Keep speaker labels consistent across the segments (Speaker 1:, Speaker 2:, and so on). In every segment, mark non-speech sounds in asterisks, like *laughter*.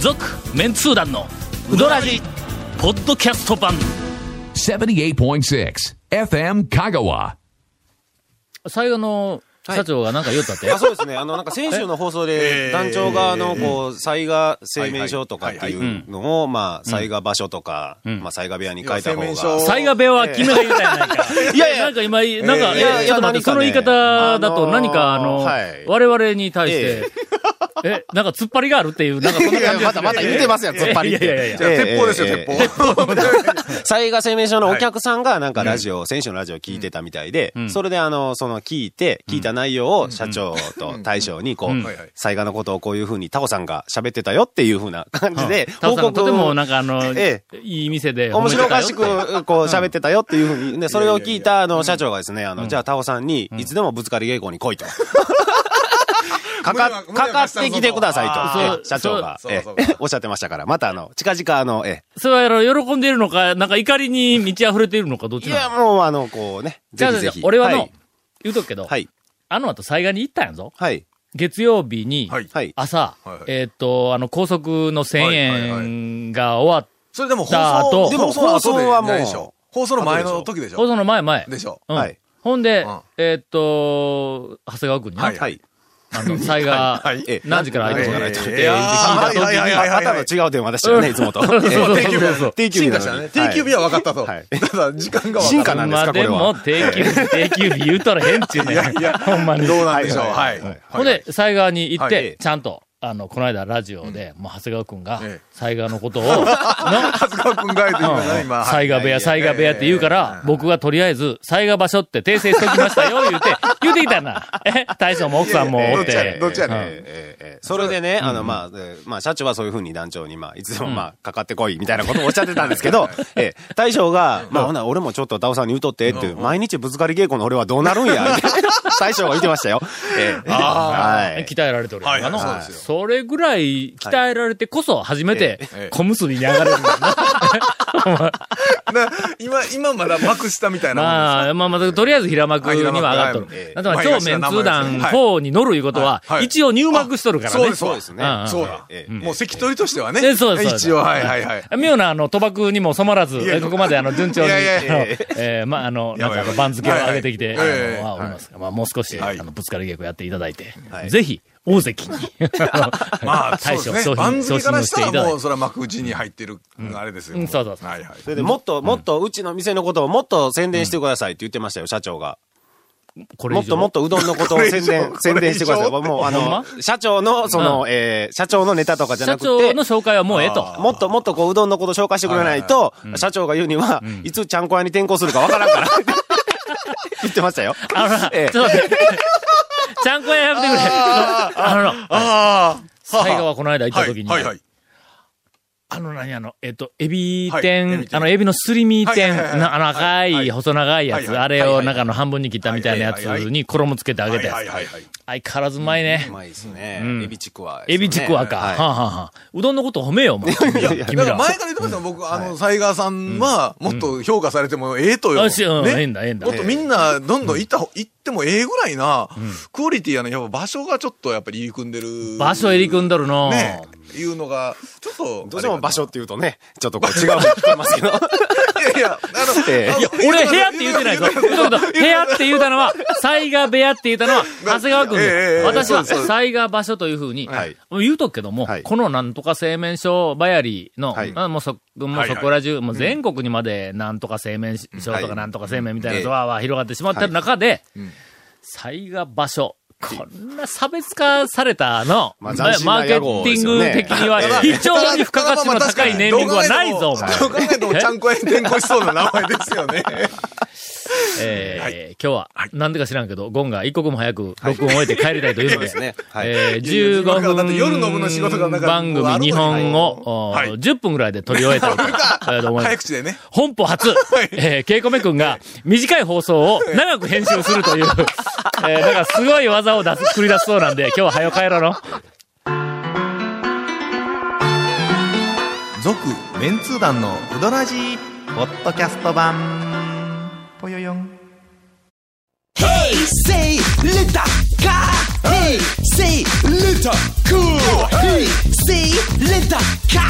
Speaker 1: 続メンツー団のウドラジポッドキャスト版
Speaker 2: 78.6 FM Kagawa.
Speaker 1: 最後の社長がなんか言おったって、
Speaker 3: *laughs* あそうですね。あの、なんか先週の放送で、団長が、あの、こう、災害声明書とかっていうのを、まあ、災害場所とか、まあ、災害部屋に書いた方
Speaker 4: いや
Speaker 3: が
Speaker 4: 声明。書
Speaker 1: 災害部屋は君が言うたやないか。
Speaker 3: いやいや
Speaker 1: なんか今、なんか、
Speaker 3: いや
Speaker 1: え
Speaker 3: いや
Speaker 1: ちょっと待って、
Speaker 3: 何
Speaker 1: そ
Speaker 3: か
Speaker 1: の言
Speaker 3: ね
Speaker 1: い方だと何か、あの、
Speaker 4: はい
Speaker 1: 我々に対して、*laughs*
Speaker 3: え
Speaker 1: え、なんか突っ張りがあるっていう、なんかそんな感じですね
Speaker 4: いやまだまだ言うてますやん突っ張りって
Speaker 1: いやいやいやい
Speaker 4: じ
Speaker 1: や。
Speaker 4: ゃあ、
Speaker 3: ええ
Speaker 4: 鉄砲ですよ、
Speaker 3: ええ
Speaker 4: 鉄砲。
Speaker 3: 災害声明書のお客さんが、なんかラジオ、先週のラジオ聞いてたみたいで、それで、あの、その、聞いて、聞いた内容を社長と大将に、こう、災害のことをこういうふうに、タオさんが喋ってたよっていうふうな感
Speaker 1: *laughs*
Speaker 3: じで、
Speaker 1: タオさんとても、
Speaker 3: を
Speaker 1: なんかあの、
Speaker 3: え
Speaker 1: いい店で。
Speaker 3: 面白おかしく、
Speaker 1: 褒めてたよ
Speaker 3: こう、喋ってたよっていうふうに、ね、それを聞い
Speaker 4: いや
Speaker 3: た、あの、社長がですね、あの、じゃあ、タオさんに、いつでもぶつかり稽古に来いと。かか、
Speaker 4: 胸を
Speaker 3: かかっ
Speaker 4: 貸した
Speaker 3: てきてください
Speaker 1: あー
Speaker 3: と、ええ社長が
Speaker 4: そ、う
Speaker 3: え
Speaker 4: そう
Speaker 3: えおっしゃってましたから、またあの、近々あの、え
Speaker 1: それはあの喜んでいるのか、なんか怒りに満ち溢れているのか、どっ
Speaker 3: え
Speaker 1: ち
Speaker 3: い
Speaker 1: な
Speaker 3: や、
Speaker 1: の
Speaker 3: もうあの、こうね、
Speaker 1: じ
Speaker 3: ぜ
Speaker 1: ゃあ
Speaker 3: ひ
Speaker 1: じ
Speaker 3: ぜ
Speaker 1: ゃあ
Speaker 3: ひ。
Speaker 1: 俺はの、
Speaker 3: い
Speaker 1: 言うとくけど、
Speaker 3: はい、
Speaker 1: あの後災害に行ったんやぞ。
Speaker 3: はい、
Speaker 1: 月曜日に、
Speaker 4: はい
Speaker 3: はい。
Speaker 1: 朝、
Speaker 4: はいはい
Speaker 1: えーっと、あの、高速の1000
Speaker 4: はいはい
Speaker 1: 円が終わっ
Speaker 4: それでも放
Speaker 1: だと
Speaker 4: 送、でも放送は
Speaker 3: で
Speaker 4: も
Speaker 3: も放送はもう
Speaker 4: うでしょ。放送の前の時でし
Speaker 1: 放
Speaker 4: ょ。
Speaker 1: 送の前前。
Speaker 4: でしょ。
Speaker 1: うん
Speaker 3: はい
Speaker 1: ほんで、
Speaker 4: うん
Speaker 1: えーっと、長谷川君にな、
Speaker 4: はい
Speaker 3: はい。
Speaker 1: あの、災害
Speaker 4: はい
Speaker 3: ええ
Speaker 1: 何時から
Speaker 3: は
Speaker 1: 開い
Speaker 3: い
Speaker 1: て
Speaker 3: は
Speaker 1: も
Speaker 3: い
Speaker 1: ら
Speaker 3: は
Speaker 1: え
Speaker 3: い
Speaker 1: て
Speaker 4: いやー
Speaker 1: 聞いた時に
Speaker 4: はいはいはい
Speaker 3: またの違う点私はね、いつもと。
Speaker 1: そう
Speaker 3: え
Speaker 4: 定休
Speaker 3: *laughs*
Speaker 4: 日。
Speaker 3: え定休日
Speaker 4: 進
Speaker 3: な
Speaker 4: 化した
Speaker 3: の
Speaker 4: ね
Speaker 3: に。。
Speaker 4: 定休日は分かったと。
Speaker 3: はい
Speaker 4: ただ、時間が分かった。
Speaker 3: 進化なんで
Speaker 1: ま
Speaker 3: すか、こ
Speaker 1: で
Speaker 3: れ
Speaker 1: も
Speaker 3: は。
Speaker 1: 定休
Speaker 4: *laughs*
Speaker 1: 日、定休日言うたら変っちゅうねん。ほんまに。
Speaker 4: どうなんでしょ
Speaker 3: は
Speaker 4: う。はい。はい
Speaker 1: ほんで、、災害に行って、
Speaker 3: はい
Speaker 1: ちゃんと、あの、この間ラジオで、もう長谷川くんが
Speaker 4: ええ、
Speaker 1: 災害の
Speaker 4: *laughs*
Speaker 1: ことを、
Speaker 4: 長谷川君がいて今ね、
Speaker 1: の、
Speaker 4: 今。
Speaker 1: 災害部屋、災害部屋って言うから、僕がとりあえず、災害場所って訂正しときましたよ、言うて、言うてきたんだ。え大将も奥さんもおっ
Speaker 4: いやいや
Speaker 1: て
Speaker 4: ど。っちやねん
Speaker 3: ええええええそれでね、あの、まあ、えーまあ、社長はそういうふうに団長に、まあ、いつでも、まあ、かかってこい、みたいなことをおっしゃってたんですけど、ええ大将が、まあ、ほな、俺もちょっとダオさんに言うとって、っていう、毎日ぶつかり稽古の俺はどうなるんや、大将が言ってましたよ。ええはい。
Speaker 1: 鍛えられておるやんかの、
Speaker 4: はいはいそうですよ
Speaker 1: それぐらい鍛えられてこそ初めて
Speaker 4: ええ
Speaker 1: 小結びに上がれ
Speaker 4: *laughs*
Speaker 1: るんだよな
Speaker 4: な今、今まだ幕下みたいなもんです
Speaker 1: まあ、まあ、まあ、とりあえず平幕には上がっとる
Speaker 4: あ平幕はい。
Speaker 1: なんとまあ、超メンツー団4に乗るいうことは
Speaker 4: はいは、い
Speaker 1: 一応入幕しとるからね。
Speaker 4: そうです、そうです
Speaker 3: ね
Speaker 1: うんうん
Speaker 4: そうだ
Speaker 3: え。え
Speaker 4: もう関取としてはね
Speaker 1: え。そうです
Speaker 4: 一応、はいはいはい。
Speaker 1: 妙な、あの、賭博にも染まらず、
Speaker 4: いや
Speaker 1: えここまで、あの、順調に、
Speaker 4: い
Speaker 1: あの
Speaker 4: やいやいや
Speaker 1: えーまあ、あの、なん
Speaker 4: やば
Speaker 1: か
Speaker 4: いやばい、
Speaker 1: 番付を上げてきて、あ
Speaker 4: はいはいええ
Speaker 1: のはおりますがまあ、もう少し、あ
Speaker 4: はい
Speaker 1: の、ぶつかり稽古やっていただいて
Speaker 3: は、い
Speaker 1: ぜひ、大関に、
Speaker 4: まあ、そう
Speaker 1: 大将、
Speaker 4: ですね。
Speaker 1: 昇
Speaker 4: 番
Speaker 1: 進、昇
Speaker 4: 付から
Speaker 1: 進
Speaker 4: し
Speaker 1: してい
Speaker 4: た
Speaker 1: ただ
Speaker 4: ら
Speaker 1: い
Speaker 4: も
Speaker 1: て
Speaker 4: う、。それは幕内に入ってる、あれですよ。
Speaker 1: うんそうそうそう
Speaker 4: はいはい
Speaker 3: そ。れで、もっと、もっと、うちの店のことをもっと宣伝してくださいって言ってましたよ、社長が。
Speaker 1: これ
Speaker 3: も
Speaker 1: 以
Speaker 3: っ
Speaker 1: 上
Speaker 3: ともっとうどんのことを
Speaker 4: これ以上
Speaker 3: 宣伝
Speaker 4: これ以、上
Speaker 3: 宣伝してください。もう、あ
Speaker 1: ほん
Speaker 3: の
Speaker 1: ま、
Speaker 3: 社長の、その、ええ社長のネタとかじゃな
Speaker 1: 社
Speaker 3: くて
Speaker 1: 長、の紹介はもうええと。
Speaker 3: もっともっとこう、うどんのこと紹介してくれないと、社長が言うには、いつちゃんこ屋に転校するかわからん *laughs* から。言ってましたよ。
Speaker 1: あのな、ちょ
Speaker 3: え
Speaker 1: っと待
Speaker 4: *laughs*
Speaker 1: って。ちゃんこ屋やめてくれ。あのな、
Speaker 4: ああ。
Speaker 1: 最後はこの間行った時に、
Speaker 4: はいはいはい。
Speaker 1: あの何あの、えっと、エビ
Speaker 4: はいエ
Speaker 1: 天
Speaker 4: ビ、天
Speaker 1: あの、エビのすり身
Speaker 4: はい
Speaker 1: 天、
Speaker 4: はいはいはい
Speaker 1: なあの赤、
Speaker 4: はいはいい
Speaker 1: 細長いや
Speaker 4: はいは
Speaker 1: つ、
Speaker 4: い
Speaker 1: あれ
Speaker 4: はい
Speaker 1: を
Speaker 4: はい
Speaker 1: 中の半分に切ったみたいなやつ
Speaker 4: はいはいはい
Speaker 1: に衣つけてあげた
Speaker 4: はい
Speaker 1: やつ。
Speaker 4: はいはい。
Speaker 1: 相変わらずうまいね
Speaker 3: う。まいですね。エビちくわですね。
Speaker 1: エビちくわか。は
Speaker 3: はい
Speaker 1: あはあはあうどんのこと褒めよ、お前。君
Speaker 4: だから
Speaker 1: ら。
Speaker 4: 前から言ってましたよ、僕、あの、西川さんは、もっと評価されてもええとよ。
Speaker 1: あしうん
Speaker 4: ね
Speaker 1: ええんだええんだ
Speaker 4: もっとみんな、どんどん行った方、行ってもええぐらいな、クオリティやね、やっぱ場所がちょっとやっぱり入り組んでる。
Speaker 1: 場所入り組んどるの。
Speaker 4: ねいうのが、ちょっと。
Speaker 3: どうしても場所
Speaker 4: っ
Speaker 3: って言うとね、ちょっとこう違うの聞こえますけ *laughs* ど。
Speaker 4: て。いやいや、
Speaker 3: ええ
Speaker 4: あ
Speaker 1: *laughs*
Speaker 4: の、
Speaker 1: いや、俺、部屋って言って
Speaker 4: *laughs*
Speaker 1: ないぞ。
Speaker 4: 言うてない
Speaker 1: 部屋って言うたのは、災害部屋って言ったのは、長谷川君
Speaker 4: えええええ
Speaker 1: で
Speaker 4: え
Speaker 1: す。私
Speaker 4: そ
Speaker 1: は
Speaker 4: うですそうです
Speaker 1: 災害場所というふうに
Speaker 3: はい、
Speaker 1: 言うとくけども
Speaker 3: は、い
Speaker 1: このなんとか製麺所ばやりの
Speaker 3: はい、
Speaker 1: あもうそ、もう
Speaker 4: はい
Speaker 1: そこら中、もう全国にまでなんとか製麺所と
Speaker 3: は
Speaker 1: か
Speaker 3: い
Speaker 1: なんとか製麺みたいなや
Speaker 3: ええ
Speaker 1: つわーわー広がってしまってる中で、災害場所。こんな差別化されたの、ま
Speaker 3: ま
Speaker 1: あ
Speaker 3: あ
Speaker 1: マ
Speaker 3: 斬新な
Speaker 1: ーケ
Speaker 3: 屋号
Speaker 1: テ
Speaker 3: で
Speaker 1: ィン
Speaker 3: すよ
Speaker 1: グ
Speaker 3: ね
Speaker 1: 的に
Speaker 4: *laughs*
Speaker 1: は非常に付加価値の高いネーミングはないぞ、お前。
Speaker 4: どう考えてもちゃんこ屋に転校しそうな名前ですよね。
Speaker 1: えー今日は、なんでか知らんけど、ゴンが一刻も早く録音を終えて帰りたいというので、
Speaker 3: そうですねはい
Speaker 1: えー
Speaker 4: いやいや今からだって夜の部の仕事が
Speaker 1: 15分
Speaker 4: なんか
Speaker 1: 番組
Speaker 4: もうあ
Speaker 1: 2
Speaker 4: るのに
Speaker 1: 本を、
Speaker 4: はい
Speaker 1: おー10分ぐらいで取り終えたい
Speaker 4: *laughs*
Speaker 1: とえーと思いま
Speaker 4: 早
Speaker 1: す。
Speaker 4: 口でね。
Speaker 1: 本舗初、えー、ケイコメ君が短い放送を長く編集する
Speaker 4: *laughs*
Speaker 1: という、えー、なんかすごい技を出す、繰り出すそうなんで、今日は早帰ろうの。
Speaker 5: 続メンツー団のウドラジーポッドキャスト版ぽよよん
Speaker 6: Say little car. Hey, say little cool. Hey, say little car.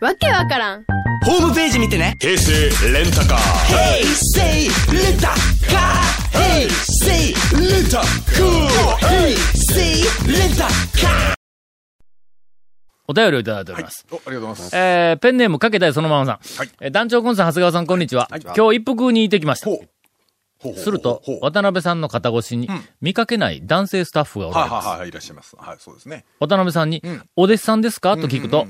Speaker 7: わけわからん
Speaker 6: ホームページ見てね。
Speaker 8: 平成レンタカー
Speaker 6: Hey, say little car. Hey, say little cool. Hey, say little car.
Speaker 1: お便りをいただいております。
Speaker 4: おありがとうございます。
Speaker 1: えーペンネームかけたいそのままさん。えー団長コンさん、長谷川さん、こんにちは。今日一服に行ってきました。すると、渡辺さんの肩越しに、見かけない男性スタッフがおられ
Speaker 4: はい
Speaker 1: ます。
Speaker 4: はいはい、いらっしゃいます。はい、そうですね。
Speaker 1: 渡辺さんに、お弟子さんですかと聞くと、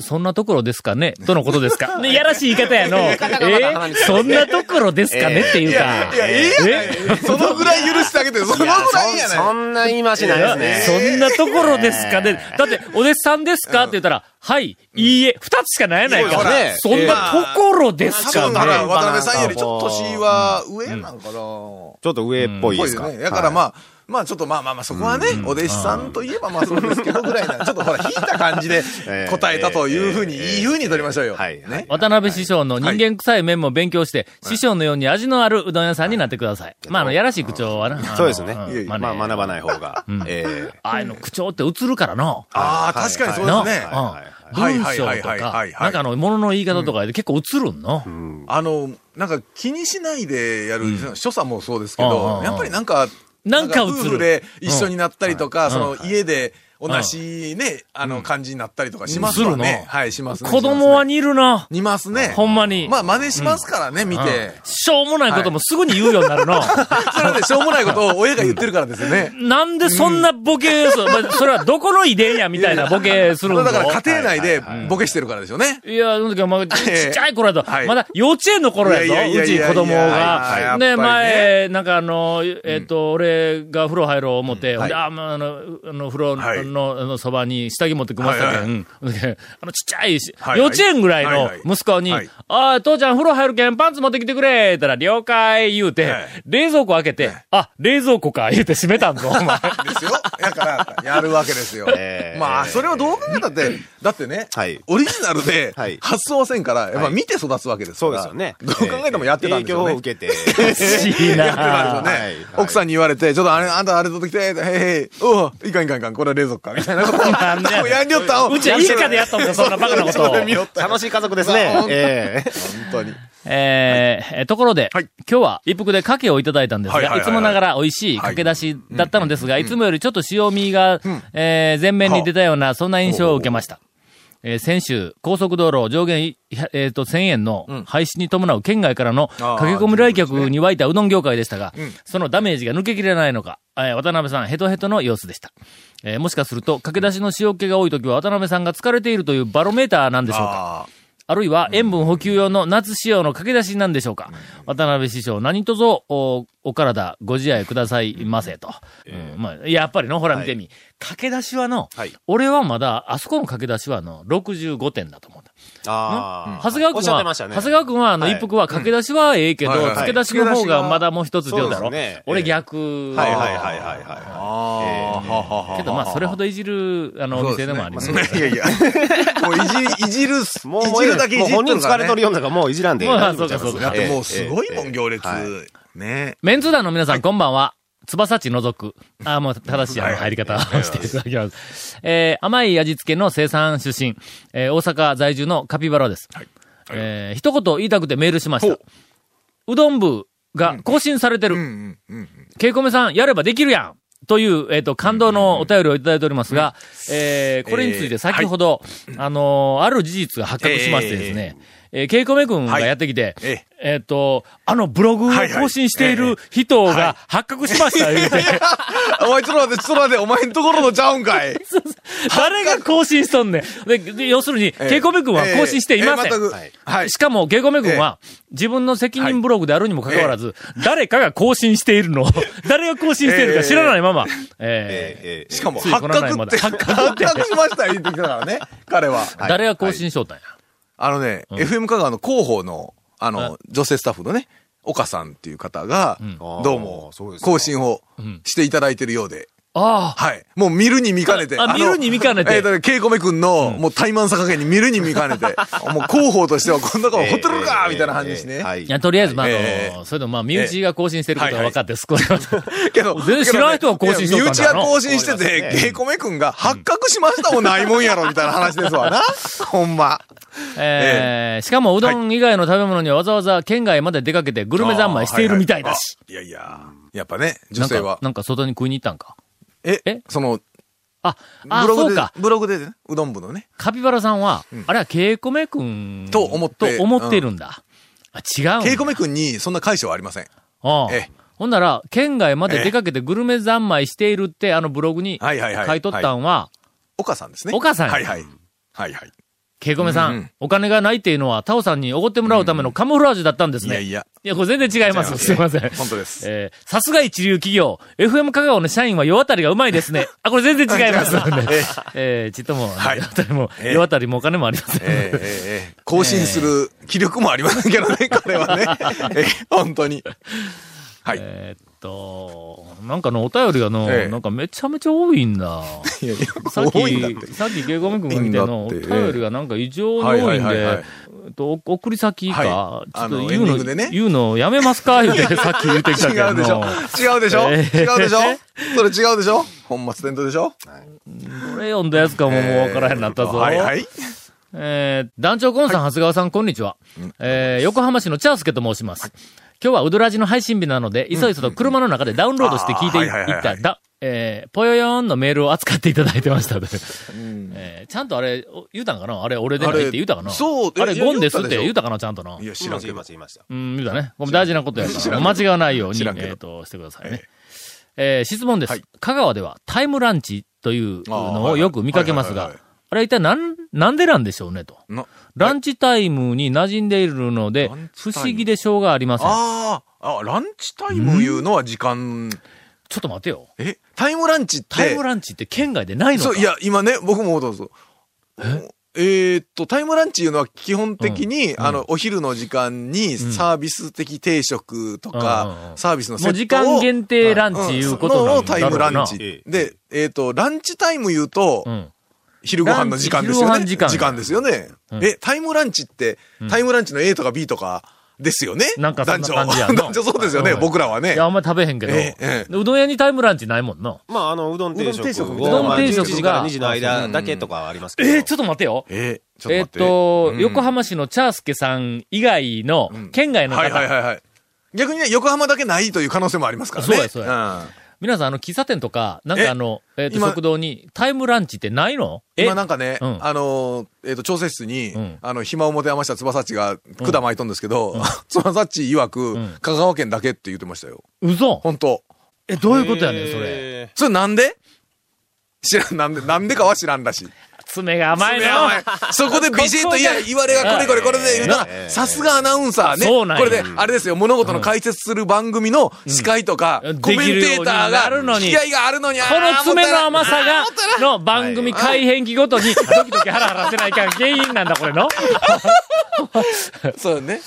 Speaker 1: そんなところですかねとのことですか。ね、いやらしい言い方やの。えーそんなところですかねっていうか。
Speaker 4: いや、ええやない。そのぐらい許してあげて、そのぐらいや
Speaker 3: そ
Speaker 4: ない。
Speaker 3: そんな言い回しないですね。
Speaker 1: そんなところですかね。だって、お弟子さんですかって言ったら、はい、いいえ、二つしかないやない
Speaker 3: そう
Speaker 1: か。
Speaker 3: ね
Speaker 1: そんなところです
Speaker 4: 多
Speaker 1: か
Speaker 4: 分だから
Speaker 1: ね。
Speaker 4: 渡辺さんよりちょっと年は上なんかな。ぽ
Speaker 3: ちょっと上っぽい
Speaker 4: い
Speaker 3: で
Speaker 4: ですす
Speaker 3: か。
Speaker 4: ね。だからまあ、まあちょっとまあまあまあそこはね、お弟子さんといえばまあそうです
Speaker 1: *laughs*
Speaker 4: けどぐらいな、ちょっとほら引いた感じで
Speaker 3: ええ
Speaker 4: 答えたというふうに、
Speaker 3: え
Speaker 4: い
Speaker 3: え
Speaker 4: いふうに取りましょうよ。
Speaker 3: はいはい
Speaker 4: ね。
Speaker 1: 渡辺師匠の人間臭い面も勉強して、師匠のように味のあるうどん屋さんになってください。まあ、あの、やらしい口調はな。
Speaker 3: そうですね。
Speaker 1: あの
Speaker 3: まあ学ばない方が。ええ
Speaker 1: ああいうの口調って映るからな。
Speaker 4: ああ、確かにそう
Speaker 1: な、
Speaker 4: ですね。
Speaker 1: うん
Speaker 4: はい
Speaker 1: 文
Speaker 4: はい
Speaker 1: 章
Speaker 4: はい
Speaker 1: と
Speaker 4: はいはいは
Speaker 1: か
Speaker 4: い、
Speaker 1: なんかあの、物の言い方とかで結構映るんの。
Speaker 4: あの、なんか気にしないでやる、所作もそうですけ
Speaker 1: うんうん
Speaker 4: ど
Speaker 1: う、ん
Speaker 4: やっぱりなんか、
Speaker 1: なんか映る
Speaker 4: 夫婦で一緒になったりとか、その家で同じね、あの感じになったりとかしますよ
Speaker 1: するの
Speaker 4: ね。はい、しますね。
Speaker 1: 子供は似るな。
Speaker 4: 似ますね。
Speaker 1: ほんまに。
Speaker 4: まあ真似しますからね、見
Speaker 1: うん
Speaker 4: て。
Speaker 1: しょうもないこともすぐに言うようになるの。
Speaker 4: *laughs* それでしょうもないことを親が言ってるからですよね。
Speaker 1: なんでそんなボケする、
Speaker 4: *laughs*
Speaker 1: まあそれはどこの遺伝やみたいなボケす
Speaker 4: そ
Speaker 1: る
Speaker 4: れ
Speaker 1: ん
Speaker 4: は
Speaker 1: だ。
Speaker 4: だから家庭内でボケしてるからでしょうね。
Speaker 1: いや、その時はま
Speaker 4: *laughs*
Speaker 1: あ、ちっちゃい頃やと、
Speaker 4: はい
Speaker 1: まだ幼稚園の頃やぞ、
Speaker 4: いやいや
Speaker 1: う
Speaker 4: いや
Speaker 1: ち
Speaker 4: いや
Speaker 1: 子供
Speaker 4: はい
Speaker 1: が。
Speaker 4: はい
Speaker 1: で、
Speaker 4: やっぱりね
Speaker 1: 前、なんかあの、えっと、俺が風呂入ろう思って、ほんであ、まあ、あの、あの、風呂
Speaker 4: はい
Speaker 1: の、あの、そばに下着持ってくましたけ
Speaker 4: はい
Speaker 1: ん
Speaker 4: は
Speaker 1: うん。であの、ちっちゃいし、
Speaker 4: はい
Speaker 1: 幼稚園ぐらい
Speaker 4: はい
Speaker 1: の
Speaker 4: はい
Speaker 1: 息子に
Speaker 4: はい、
Speaker 1: あ、父ちゃん風呂入るけん、パンツ持ってきてくれ言ったら、了解言うて
Speaker 4: はい、
Speaker 1: 冷蔵庫開けて、あ、冷蔵庫か言うて閉めたんぞ、お前。
Speaker 4: ですよ。だから、やるわけですよ
Speaker 3: *laughs* え。え
Speaker 4: まあ、それはどう考えたって、だってね
Speaker 3: はい、
Speaker 4: オリジナルで
Speaker 3: はい
Speaker 4: 発想はせんから、やっぱ
Speaker 3: はい
Speaker 4: 見て育つわけですか
Speaker 3: そうで
Speaker 4: ら。
Speaker 3: すよね。
Speaker 4: どう考えてもやってたんですよ
Speaker 3: ええ
Speaker 4: ね。
Speaker 3: 影響を受け
Speaker 4: *laughs*
Speaker 3: て。
Speaker 1: しいな
Speaker 4: やってたんですよね。奥さんに言われて、ちょっとあれ、あんたあれ取ってきて、へいへい、おういかんいかんいかん、これは冷蔵庫か、みたいなことを。
Speaker 1: なんでやねん
Speaker 4: やんりょったん
Speaker 1: うちは一家でやったんか、そんなバカなことを。
Speaker 3: 楽しい家族です
Speaker 4: *laughs*
Speaker 3: ね。ええ
Speaker 4: 本当に。
Speaker 1: えーえーところで、
Speaker 4: はい
Speaker 1: 今日は一服で牡蠣をいただいたんですが、
Speaker 4: は
Speaker 1: い
Speaker 4: いはいはいはい
Speaker 1: つもながら美味しい
Speaker 4: はい
Speaker 1: かけ出しだったのですが、いつもよりちょっと塩味が、えー前面に出たような、そんな印象を受けました。えー先週、高速道路上限、えーと1000円の廃止に伴う県外からの
Speaker 4: あー
Speaker 1: 駆け込み来客に湧いたうどん業界でしたが、そのダメージが抜けきれないのか、えー渡辺さんヘトヘトの様子でした。えーもしかすると、駆け出しの塩気が多い時は渡辺さんが疲れているというバロメーターなんでしょうか。
Speaker 4: あ
Speaker 1: あるいは塩分補給用の夏仕様の駆け出しなんでしょうか。渡辺師匠、何卒お、お体ご自愛くださいませと。うんまあ、やっぱりの、ほら見てみ。駆け出しはの、
Speaker 3: はい
Speaker 1: 俺はまだ、あそこの駆け出しはの、65点だと思うんだ。
Speaker 3: ああ。
Speaker 1: 長谷川
Speaker 3: おっ
Speaker 1: 君
Speaker 3: しゃって
Speaker 1: は、
Speaker 3: ましたね。
Speaker 1: 長谷川君は、あの、
Speaker 3: はい
Speaker 1: 一服は駆け出しはええけど、
Speaker 4: うんはいはい
Speaker 1: 駆け出しの方がまだもう一つ出ようだ
Speaker 3: そ
Speaker 1: ろ。
Speaker 3: うですね
Speaker 1: 俺
Speaker 3: ええ
Speaker 1: 逆。
Speaker 3: はいはいはいはいはい。
Speaker 4: あ。ああ。はははは
Speaker 1: けど、まあ、それほどいじる、あの、お店でもありますけど
Speaker 4: いやいや。
Speaker 3: *laughs*
Speaker 4: もういじ、いじる、い
Speaker 3: もう、
Speaker 4: じるだけいじっ
Speaker 3: もう本
Speaker 4: とる
Speaker 3: 人
Speaker 4: か
Speaker 3: 疲
Speaker 4: ら
Speaker 3: れ
Speaker 4: ね
Speaker 3: とるようなんかもういじらんで。
Speaker 1: まあそうかそうか
Speaker 4: だってもうすごいも
Speaker 3: え
Speaker 4: ん、
Speaker 3: え
Speaker 4: 行列
Speaker 3: ええ。
Speaker 4: ね
Speaker 1: メンツ団の皆さん、こんばんは。翼ち除く。ああ、もう正しいあの入り方をしていただきます。えー、甘い味付けの生産出身、えー、大阪在住のカピバラです。えー、一言言いたくてメールしました。うどん部が更新されてる。
Speaker 4: うんうんうん。
Speaker 1: ケイコメさん、やればできるやんという、えっ、と、感動のお便りをいただいておりますが、えーこれについて先ほど、あのーある事実が発覚しましてですね、えーケイコメ君がやってきて、
Speaker 4: いえ
Speaker 1: えっ、と、あのブログを更新している人が発覚しました、
Speaker 4: *laughs*
Speaker 1: 言うて
Speaker 4: あ *laughs* おい、ちょっと待って、ちょっと待って、お前んところのちゃうん
Speaker 1: *laughs*
Speaker 4: かい。
Speaker 1: 誰が更新しとんねん。でで要するに、ケイコメ君は更新していません。
Speaker 4: ええええ全くはい。
Speaker 1: しかも、ゲイコメ君は、自分の責任ブログであるにもかかわらず、誰かが更新しているのを、誰が更新しているか知らないまま、えー
Speaker 3: ええええ
Speaker 4: しかも、
Speaker 1: つい
Speaker 4: 発
Speaker 1: この前ま
Speaker 4: 覚っ
Speaker 1: で
Speaker 4: て、発覚しましたよ、言ってきたからね、彼は。
Speaker 1: 誰が更新しとったんや。
Speaker 4: あのね、FM 香川の広報の、あの、女性スタッフのね、岡さんっていう方が、どう
Speaker 3: あ
Speaker 4: も
Speaker 3: ーそうで、すか
Speaker 4: 更新をしていただいてるようで、
Speaker 1: あ
Speaker 4: はい。もう見るに見かねて。
Speaker 1: あ
Speaker 4: の
Speaker 1: 見るに見かねて。
Speaker 4: えーとね、ケイコメ君の、もう怠慢さ加減に見るに見かねて。もう広報としてはこんな顔
Speaker 3: えー
Speaker 4: ほってるか
Speaker 3: えー
Speaker 4: みたいな感じですね。
Speaker 3: えーはいい
Speaker 1: いや、とりあえず、まあ、あ
Speaker 4: え
Speaker 1: の、それでもまあ、身内が更新してることが分かって、
Speaker 4: *laughs*
Speaker 1: 少しは。
Speaker 4: けど、
Speaker 1: 全然知らない人は更新しと
Speaker 4: い
Speaker 1: った
Speaker 4: や身
Speaker 1: ん
Speaker 4: 内
Speaker 1: だろ
Speaker 4: が更新してて、ケイコメ君が発覚しましたもんないもんやろみたいな話ですわな。ほんま。
Speaker 1: えーしかも、うどん以外の食べ物にはわざわざ県外まで出かけてグルメ三昧しているみたいだし。
Speaker 4: あ。いやいや、やっぱね、
Speaker 1: な
Speaker 4: 女
Speaker 1: ん
Speaker 4: 性
Speaker 1: か
Speaker 4: は、。
Speaker 1: なんか外に食いに行ったんか。え
Speaker 4: え、その、
Speaker 1: あ、あ、
Speaker 4: ブログ
Speaker 1: そう
Speaker 4: で
Speaker 1: か、。
Speaker 4: ブログでね、うどん部のね。
Speaker 1: カピバラさんは、あれはケイコメ君
Speaker 4: と思って
Speaker 1: と思ってるんだ。あ違うんだ。
Speaker 4: ケイコメ君にそんな解消はありません。
Speaker 1: ああ
Speaker 4: ええ
Speaker 1: ほんなら、県外まで出かけてグルメ三昧しているって、あのブログに
Speaker 4: はいはいはい
Speaker 1: 書いとったんは、
Speaker 4: 岡さんですね。
Speaker 1: 岡さんや
Speaker 4: はいはい。は
Speaker 1: *laughs*
Speaker 4: いはい。
Speaker 1: ケイコメさ
Speaker 4: うんうんん、
Speaker 1: お金がないっていうのは、タオさんにおごってもらうためのカモフラージュだったんです
Speaker 4: い
Speaker 1: ね。
Speaker 4: やいや。
Speaker 1: いや、これ全然違います。すいません。
Speaker 4: 本当です
Speaker 1: えーさすが一流企業、FM 香川の社員は世渡りがうまいです
Speaker 4: *laughs*
Speaker 1: ね。あ、これ全然違います。えーちっとも、
Speaker 4: はい
Speaker 1: 世渡りも、
Speaker 4: ええ
Speaker 1: 世渡りもお金もありません。
Speaker 4: ええええええ更新する気力もありませんけどね、彼
Speaker 1: *laughs*
Speaker 4: はね。ええ本当に。はい。
Speaker 1: えーっと、なんかのお便りがの、
Speaker 4: ええ
Speaker 1: なんかめちゃめちゃ多いんだ。
Speaker 4: いやいや
Speaker 1: さっ
Speaker 4: 多いんだって
Speaker 1: き、さっき、ケイコメ君が見ての、お
Speaker 4: 多いんだって
Speaker 1: 便りがなんか異常に
Speaker 4: はい
Speaker 1: 多
Speaker 4: はい
Speaker 1: いん
Speaker 4: はいはい
Speaker 1: で、えっと、お送り先か、
Speaker 4: はい
Speaker 1: ちょっ
Speaker 4: あ
Speaker 1: と
Speaker 4: の
Speaker 1: 言う
Speaker 4: エンディ
Speaker 1: の、
Speaker 4: ングでね
Speaker 1: 言うのやめますか言うて、さっき言うてきたけど。
Speaker 4: *laughs* 違うでしょ違うでしょ
Speaker 1: ええ
Speaker 4: 違うでしょそれ違うでしょ本末転倒でしょ
Speaker 1: これ読んだやつかももうわからへんなったぞ。
Speaker 4: はいはい。
Speaker 1: えー団長コンさん、長谷川さん、こんにちは。えー横浜市のチャースケと申します。今日はウドラジの配信日なので、いそいそと車の中でダウンロードして聞いてい
Speaker 4: あーはいはいはい
Speaker 1: い
Speaker 4: はい
Speaker 1: った、だ、えーぽよよーんのメールを扱っていただいてましたので、えーちゃんとあれ、お言うたんかなあれ、俺でないって言うたかな
Speaker 4: あれそう
Speaker 1: あれ、
Speaker 4: いや
Speaker 1: ゴンですっ
Speaker 4: 言うたで
Speaker 1: て
Speaker 4: しょ
Speaker 1: 言うたかなちゃんとな。
Speaker 4: いや、知
Speaker 3: 言い
Speaker 4: ら
Speaker 3: ま
Speaker 4: ん
Speaker 3: し
Speaker 4: け
Speaker 3: た言い
Speaker 4: ど
Speaker 3: ま。した言いました
Speaker 1: うん、言うたね。これ大事なことやから、間違わないように、え
Speaker 4: 知らんけど
Speaker 1: ーと、してくださいね。えー質問です、香川ではタイムランチというのをよく見かけます
Speaker 4: あー
Speaker 1: が
Speaker 4: はいはいはいはいはい、
Speaker 1: あれは一体なん、なんでなんでしょうねと。
Speaker 4: な
Speaker 1: ランチタイムに馴染んでいるので
Speaker 4: ラン、チタ
Speaker 1: 不
Speaker 4: イム
Speaker 1: 思議でしょうがありません。
Speaker 4: ああ、あ、ランチタイムいうのは時間、
Speaker 1: ちょっと待てよ。
Speaker 4: え、タイムランチって、
Speaker 1: タイムランチって県外でないのか
Speaker 4: そう、いや、今ね、僕もどうぞ。えーっと、タイムランチいうのは基本的に、あの、お昼の時間にサービス的定食と
Speaker 1: うんうんうん
Speaker 4: か
Speaker 1: う、ん
Speaker 4: サービスのセ
Speaker 1: も
Speaker 4: ッ
Speaker 1: う
Speaker 4: トを
Speaker 1: 時間限定ランチいうことなん
Speaker 4: のタ
Speaker 1: だ
Speaker 4: イム
Speaker 1: ろ
Speaker 4: ラ
Speaker 1: うな
Speaker 4: ン。チ
Speaker 3: え。え
Speaker 4: で、えーっと、ランチタイム言うと
Speaker 1: う、ん。
Speaker 4: 昼ご飯の時間です
Speaker 1: ラ
Speaker 4: よ
Speaker 1: ン
Speaker 4: ね。
Speaker 1: チ昼ご飯時間
Speaker 4: ですよね
Speaker 1: う。ん
Speaker 4: え、タイムランチって、タイムランチの A とか B とかですよね。
Speaker 1: なんかそんな感じやん
Speaker 4: 男女 *laughs* 男女そうですよね、
Speaker 1: うん
Speaker 4: 僕らはね
Speaker 1: いや、。あんまり食べへんけど、
Speaker 4: ええええ
Speaker 1: でうどん屋にタイムランチないもんな。
Speaker 3: まあ、あの、うどん定食を。
Speaker 1: うどん定食が
Speaker 3: まあ11時から2時の間だけとかはありますけど。
Speaker 1: えー、ちょっと待てよ。
Speaker 4: えー、ちょっと待
Speaker 1: えーっ
Speaker 4: って。
Speaker 1: と、
Speaker 4: うん
Speaker 1: 横浜市のチャースケさん以外の、県外の方、
Speaker 4: はいはいはいはい。逆にね、横浜だけないという可能性もありますからね。
Speaker 1: そうやそう
Speaker 4: や。
Speaker 1: 皆さん、あの、喫茶店とか、なん
Speaker 4: え
Speaker 1: かあの、えーっと、
Speaker 4: 今
Speaker 1: 食堂にタイムランチってないのえ
Speaker 4: 今なんかね、
Speaker 1: うん
Speaker 4: あのー、えっと、調整室に
Speaker 1: うん、
Speaker 4: あの、暇を持て余した翼っちが管巻いとんですけど、 *laughs* 翼っち曰く
Speaker 1: ん、
Speaker 4: 香川県だけって言ってましたよ。
Speaker 1: 嘘
Speaker 4: 本当
Speaker 1: え、どういうことやねん、それ。
Speaker 3: え
Speaker 4: それなんで知らん、なんで、なんでかは知らんらしい。
Speaker 1: 爪が甘いの
Speaker 4: 爪甘いそこでビシッと、いや、言われがこれこれこれで言うたら、さすがアナウンサーね。
Speaker 1: そうなんや
Speaker 4: これで、あれですよ、物事の解説する番組の司会とか
Speaker 1: うん、
Speaker 4: コメンテーター
Speaker 1: できるようになるの
Speaker 4: が、
Speaker 1: に
Speaker 4: 気合があるのに、あー
Speaker 1: この爪の甘さが、の番組改編期ごとに、ドキドキハラハラせないかん原因なんだ、これの。
Speaker 4: そうね。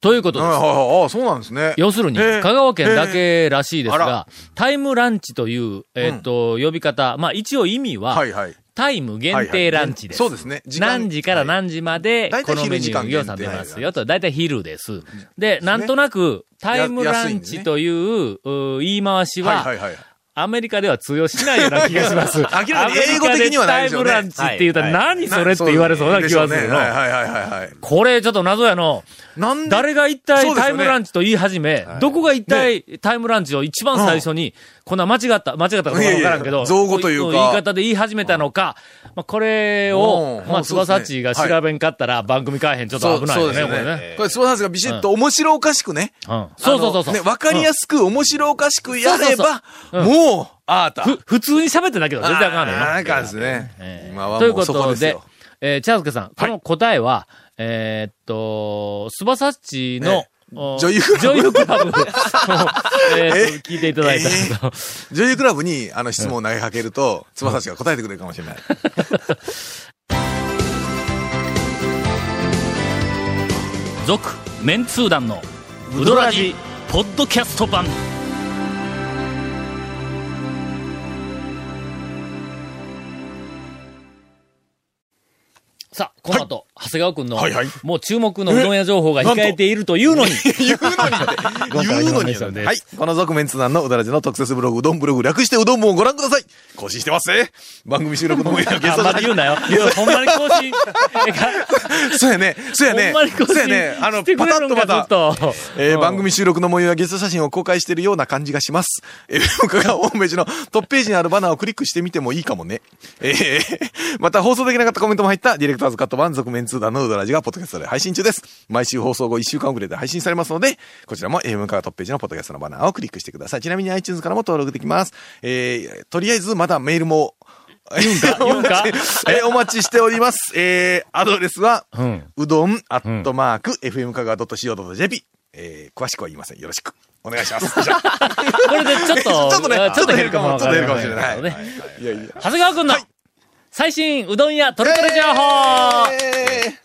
Speaker 1: ということ
Speaker 4: あ
Speaker 1: です。
Speaker 4: あ、あそうなんですね。
Speaker 1: 要するに、
Speaker 4: えー
Speaker 1: 香川県だけらしいです
Speaker 4: えーあ
Speaker 1: が、タイムランチという、えーっと、呼び方、まあ一応意味
Speaker 4: はい
Speaker 1: は、
Speaker 4: はい。
Speaker 1: タイム限定ランチです。
Speaker 4: そうですね。時間
Speaker 1: 何時から
Speaker 4: はい
Speaker 1: 何時まで、
Speaker 4: はい
Speaker 1: このメニュー予算出ますよと、だいたい昼です。で、なんとなく、タイムランチという、うー言い回しは、
Speaker 4: はいはいはい。
Speaker 1: アメリカでは通用しないような気がします。明ら
Speaker 4: かに英語的にはないでしょうね
Speaker 1: タイムランチって言うたら何それって
Speaker 4: な
Speaker 1: 言われそうな気がする
Speaker 4: でしょうね
Speaker 1: の
Speaker 4: はい。はいはいはいはい。
Speaker 1: これちょっと謎やの。
Speaker 4: なんで
Speaker 1: 誰が一体
Speaker 4: そうです
Speaker 1: タイ
Speaker 4: よね
Speaker 1: ムランチと言い始め、どこが一体タイムランチを一番最初に、こんな間違った、間違ったかどうかわからんけ
Speaker 4: いやい
Speaker 1: ど、
Speaker 4: や造語というか
Speaker 1: 言い方で言い始めたのか、まあこれを
Speaker 4: う、ん
Speaker 1: まあ、
Speaker 4: うんそうです
Speaker 1: 翼
Speaker 4: ね
Speaker 1: っちが調べんかったら番組改編ちょっと危ないよね、
Speaker 4: そ
Speaker 1: こ
Speaker 4: うそう
Speaker 1: れ
Speaker 4: です
Speaker 1: ね。
Speaker 4: これ、スポーツがビシッと面白おかしくね。
Speaker 1: うんそうそうそうそう。
Speaker 4: あのね、わかりやすく面白おかしくやれば
Speaker 1: そうそう、
Speaker 4: もう、アート。
Speaker 1: ふ、普通に喋ってなけど全然あかんねんな
Speaker 4: なんかんですね。今は
Speaker 1: という
Speaker 4: も
Speaker 1: こ
Speaker 4: うそことです
Speaker 1: で
Speaker 4: よ。、
Speaker 1: えー、チャースケさん、この答えは、えーっと、スバサッチの、
Speaker 4: ね
Speaker 1: お
Speaker 4: 女優クラブ
Speaker 1: 女優クラ
Speaker 4: *laughs*
Speaker 1: ブをえーっと聞いていただいた、
Speaker 4: え女優クラブに、あの、質問を投げかけると、翼っちが答えてくれるかも
Speaker 1: *laughs*
Speaker 4: しれない。
Speaker 1: 続、メンツー団の、ウドラジ、ポッドキャスト版。この後、長谷川くんの、
Speaker 4: はいはい
Speaker 1: もう注目のうどん屋情報が控えているというのに、
Speaker 4: 言うのに、言うの
Speaker 1: わかりま
Speaker 4: に
Speaker 1: した
Speaker 4: はい。この続面通談のうだらじの特設ブログ、うどんブログ、略してうどんもをご覧ください。更新してますね。番組収録の模様やゲス
Speaker 1: あ
Speaker 4: ト
Speaker 1: んまり言うなよ。いやほんまに更新、え
Speaker 4: そうやね。そうや
Speaker 1: ほ
Speaker 4: ね
Speaker 1: んまに。更
Speaker 4: そ
Speaker 1: 新
Speaker 4: うやね。あの、
Speaker 1: し
Speaker 4: パ
Speaker 1: てく
Speaker 4: タ
Speaker 1: れ
Speaker 4: ッ
Speaker 1: る
Speaker 4: と
Speaker 1: ん
Speaker 4: ま
Speaker 1: か、ず
Speaker 4: た
Speaker 1: っ。と。
Speaker 4: えー
Speaker 1: うん
Speaker 4: 番組収録の模様やゲスト写真を公開しているような感じがします。えー、かがホームページの *laughs* トップページにあるバナーをクリックしてみてもいいかもね。えー、また放送できなかったコメントも入ったディレクターズカット版続面通談のうどらじがポッドキャストで配信中です。毎週放送後1週間遅れで配信されますので、こちらも AM かがトップページのポッドキャストのバナーをクリックしてください。ちなみに iTunes からも登録できます。えー、とりあえずまだメールも、 *laughs*
Speaker 1: 言うんか
Speaker 4: えーお待ちしております。えー、アドレスは、
Speaker 1: うん
Speaker 4: うどん、アットマーク、FM 香川 .co.jp。えー、詳しくは言いません。よろしく。お願いし *laughs* ます。じゃあ
Speaker 1: これでちょっと、
Speaker 4: *laughs* ちょっとね
Speaker 1: あちょっと減るかも。
Speaker 4: ちょっと減るかもしれな
Speaker 1: わ
Speaker 4: い
Speaker 1: かませんけどね
Speaker 4: いやいや。
Speaker 1: 長谷川くんの、最新うどん屋トルトル情報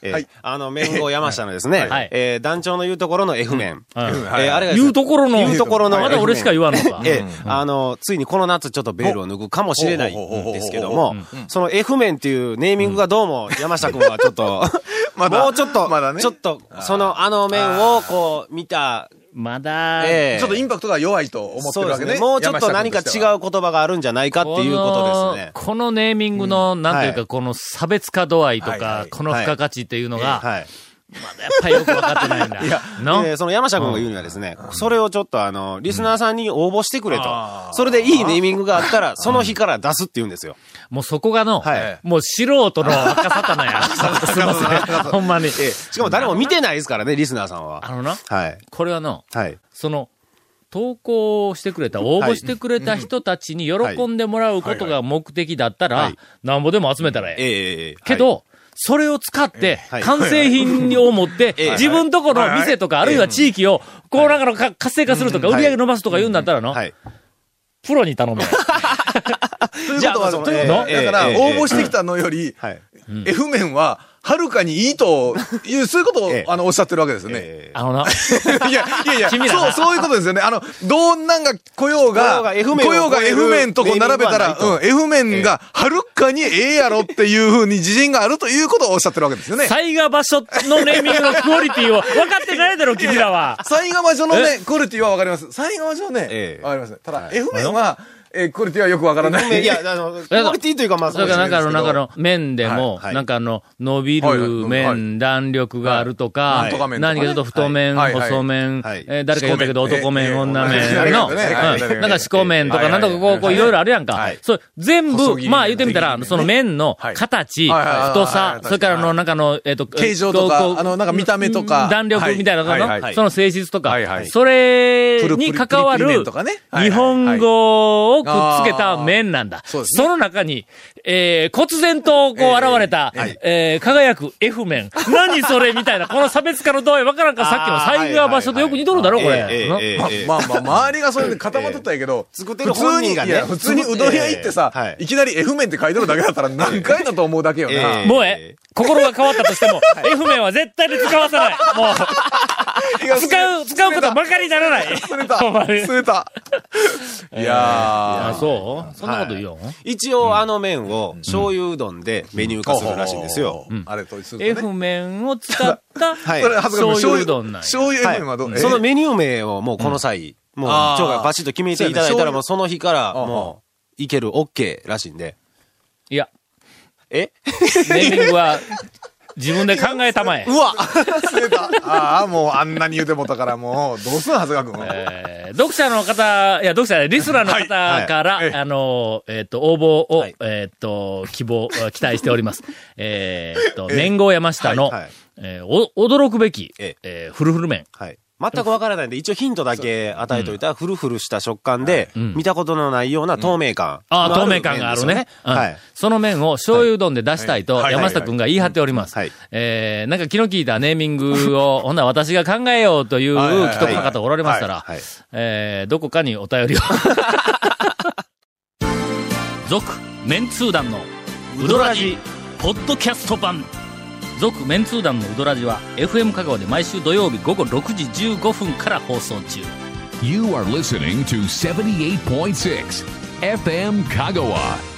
Speaker 4: えーはい。
Speaker 3: あの、面後山下のですね、
Speaker 1: はい
Speaker 3: えー団長の言うところの F 面。
Speaker 1: うん
Speaker 3: えーあれがですね
Speaker 1: 言うところの、
Speaker 3: 言うところの
Speaker 1: まだ俺しか言わんのか。
Speaker 3: ええ、あの、ついにこの夏ちょっとベールを脱ぐかもしれない
Speaker 4: ほうほうほうほ
Speaker 3: ん
Speaker 4: う
Speaker 3: ですけども、その F 面っていうネーミングがどうも山下くんはちょっ *laughs* と、
Speaker 4: まだ
Speaker 3: もうちょっと、
Speaker 4: まだね
Speaker 3: ちょっと、そのあの面をこう見た、
Speaker 1: まだ、
Speaker 3: ええ
Speaker 4: ちょっとインパクトが弱いと思って
Speaker 3: そう
Speaker 4: る
Speaker 3: です
Speaker 4: わけね。
Speaker 3: ね。もうちょっと何か違
Speaker 4: う。
Speaker 3: う言葉があるんじゃないかっていうことですね。
Speaker 1: このこのネーミングの、なんていう
Speaker 3: は
Speaker 1: か、この差別化度合いと
Speaker 4: はいは
Speaker 1: か
Speaker 4: い、
Speaker 1: この付加価値っていうのが、
Speaker 3: はい。
Speaker 1: やっぱりよくわかってないん
Speaker 4: *laughs*
Speaker 1: だ。の
Speaker 3: で、その山下君が言うにはですね、それをちょっとあの、リスナーさんに応募してくれと。それでいいネーミングがあったら、その日から出すって言うんですよ。
Speaker 1: もうそこがの
Speaker 3: はい、
Speaker 1: もう素人 *laughs* の若さたなや。すいません。ほんまに。
Speaker 3: しかも誰も見てないですからね、リスナーさんは。
Speaker 1: あのな、
Speaker 3: はい。
Speaker 1: これはの、
Speaker 3: はい。
Speaker 1: その、投稿してくれた、応募してくれた人たちに喜んでもらうことが目的だった
Speaker 3: は
Speaker 1: ら
Speaker 3: い、
Speaker 1: なんぼでも集めたらええ。
Speaker 3: ええ
Speaker 1: け、ど、それを使って
Speaker 3: はい、
Speaker 1: 完成品を持って、自分とこの店とか、あるいは地域を、こうなんかのか活性化するとか、売り上げ伸ばすとか言うんだったらの
Speaker 3: は、い。
Speaker 1: プロに頼め。
Speaker 3: じゃあ
Speaker 4: ということは、ということは
Speaker 3: ええ
Speaker 4: だから、
Speaker 3: ええ
Speaker 4: 応募してきたのより、
Speaker 3: はい。
Speaker 4: F 面は、はるかにいいという、そういうこと *laughs*
Speaker 3: ええ
Speaker 4: を、あの、おっしゃってるわけですよね。
Speaker 3: ええ
Speaker 1: あのな、 *laughs*
Speaker 4: *laughs* いや、いやいや、
Speaker 1: 君らな
Speaker 4: そう、そういうことですよね。あの、どんなんが来ようが、
Speaker 3: 来ようが F 面を
Speaker 4: 来ようが
Speaker 3: 超える
Speaker 4: F 面とこう並べた
Speaker 3: ネーミ
Speaker 4: ら、
Speaker 3: ングはな
Speaker 4: う、
Speaker 3: ん
Speaker 4: F 面がはるかにええやろっていうふうに自信があるということをおっしゃってるわけですよね。
Speaker 1: 災害場所のネーミングのクオリティを分かってないだろ、君らは。
Speaker 4: サインマ所のね、クオリティはわかります。サインマ所ね
Speaker 3: え、え
Speaker 4: わかります。ただ、F 面は、えー、クオリティはよくわからな
Speaker 3: ごめん
Speaker 4: い。
Speaker 3: いや、あの、クオリティというか、まあ、
Speaker 1: だからなんかあの、なんかあ
Speaker 3: の、
Speaker 1: の、麺でも、
Speaker 3: はいはい
Speaker 1: なんかあの、伸び
Speaker 4: はいは
Speaker 1: る
Speaker 4: いうん
Speaker 1: 麺、弾力があると
Speaker 4: は
Speaker 1: か
Speaker 4: いなんとか、麺とかね
Speaker 1: 何か言うと太麺、
Speaker 4: はいはい
Speaker 1: 細麺
Speaker 3: はい、
Speaker 1: えー誰か言ったけど
Speaker 4: 四股麺
Speaker 1: 男麺、女
Speaker 4: えー
Speaker 1: 麺
Speaker 4: えー
Speaker 1: の、うん
Speaker 4: えーえー
Speaker 1: なんか四股麺と
Speaker 4: え
Speaker 1: か、
Speaker 4: ー
Speaker 1: なんとかこう、こういろいろあるやんか
Speaker 3: はい。
Speaker 1: そう、全
Speaker 4: 細
Speaker 1: 部
Speaker 4: 切、り
Speaker 1: まあ言ってみたら
Speaker 4: みたいな、ね
Speaker 1: その麺の形、
Speaker 4: はいはいはい
Speaker 1: 太
Speaker 4: はいは
Speaker 1: さ
Speaker 4: い、
Speaker 1: それからあの、なんかあの、えっと、
Speaker 4: 形状とか
Speaker 1: こうこう
Speaker 4: あのなんか見た目とか
Speaker 1: 弾力みたいなの
Speaker 4: はいはい
Speaker 1: の
Speaker 4: は、い
Speaker 1: その性質とか
Speaker 4: はいは、い
Speaker 1: そ
Speaker 4: プ
Speaker 1: れ
Speaker 4: ルプル
Speaker 1: に関わ
Speaker 4: プリプリ
Speaker 1: る
Speaker 4: 麺とかね、はい
Speaker 1: 日
Speaker 4: はいはい
Speaker 1: 本語をくっつけた麺なんだ。
Speaker 4: ーそうです
Speaker 1: その中に、えー、忽然とこう現れた、えー輝く F 面。何それみたいな、この差別化の度合いわからんかさっきの災害場所とよく似とるだろ、こ
Speaker 3: ええ
Speaker 1: れ。な
Speaker 3: ええ
Speaker 4: *laughs* まあ
Speaker 3: ええ
Speaker 4: まあまあ、周りがそれで固まってたんやけど、
Speaker 3: 作ってる本人がね
Speaker 4: 普通にいや普通にうどん屋行ってさ、
Speaker 3: ええはい
Speaker 4: いきなり F 面って書いてるだけだったら何回だと思うだけよな。
Speaker 3: ええ
Speaker 1: もうええ、心が変わったとしても、F 面は絶対に使わさない。も
Speaker 4: いや
Speaker 1: う、使う、使うことばかりにならない。
Speaker 4: すれた
Speaker 1: ほんまに。
Speaker 4: すれた。い
Speaker 1: あ、
Speaker 4: や
Speaker 1: そうそんなこと言うよ。
Speaker 3: 一応あの麺を醤油うどんでメニュー
Speaker 4: ー。
Speaker 3: 化するらしいんですよ。
Speaker 4: うん。あれとすると
Speaker 1: F
Speaker 4: ね。
Speaker 1: 面を使った、
Speaker 3: はい
Speaker 4: それ恥ずかしい
Speaker 1: 醤油うどんなんや
Speaker 4: 醤油
Speaker 3: は
Speaker 4: F
Speaker 3: い
Speaker 4: 面はどう
Speaker 3: その
Speaker 4: え
Speaker 3: メニュー名をもうこの際、もう、
Speaker 4: あー
Speaker 3: 長がバシッと決めていただいたら、もうその日から、
Speaker 4: うん
Speaker 3: もう、いける OK らしいんで。
Speaker 1: いや、
Speaker 3: え
Speaker 1: ネーミングは、自分で考えたまえ。
Speaker 4: すれた。ああ、もうあんなに言うてもたからもう、どうすん、長谷川君。
Speaker 1: えー読者の方、いや、読者、リスナーの方から、
Speaker 4: はいはいええ
Speaker 1: あの、えっ、と、応募を、
Speaker 3: はい
Speaker 1: えっ、と、希望、あ期待しております。 *laughs* えっと、年号山下の、
Speaker 3: はいはい
Speaker 1: えーお驚くべき、え
Speaker 3: え
Speaker 1: ーフルフル麺。
Speaker 3: はい。全くわからないんで、一応ヒントだけ与えといたら、フルフルした食感で、
Speaker 1: ん
Speaker 3: 見たことのないような透明感。
Speaker 1: ああ、透明感があるね。うん
Speaker 3: はい。
Speaker 1: その麺を醤油うどんで出したいと、
Speaker 4: はい
Speaker 1: 山下くんが言い張っております。
Speaker 3: はい
Speaker 1: えー、なんか気の利いたネーミングを、ほんなら私が考えようという
Speaker 4: はいはいはい
Speaker 1: 既得な方おられましたら
Speaker 3: はいはい、
Speaker 1: えー、どこかにお便りを。 *laughs* 続、メンツー団の、ウドラジ、ポッドキャスト版。続、メンツー団のウドラジは、FM 香川で毎週土曜日午後6時15分から放送中。
Speaker 2: You are listening to 78.6 FM Kagawa.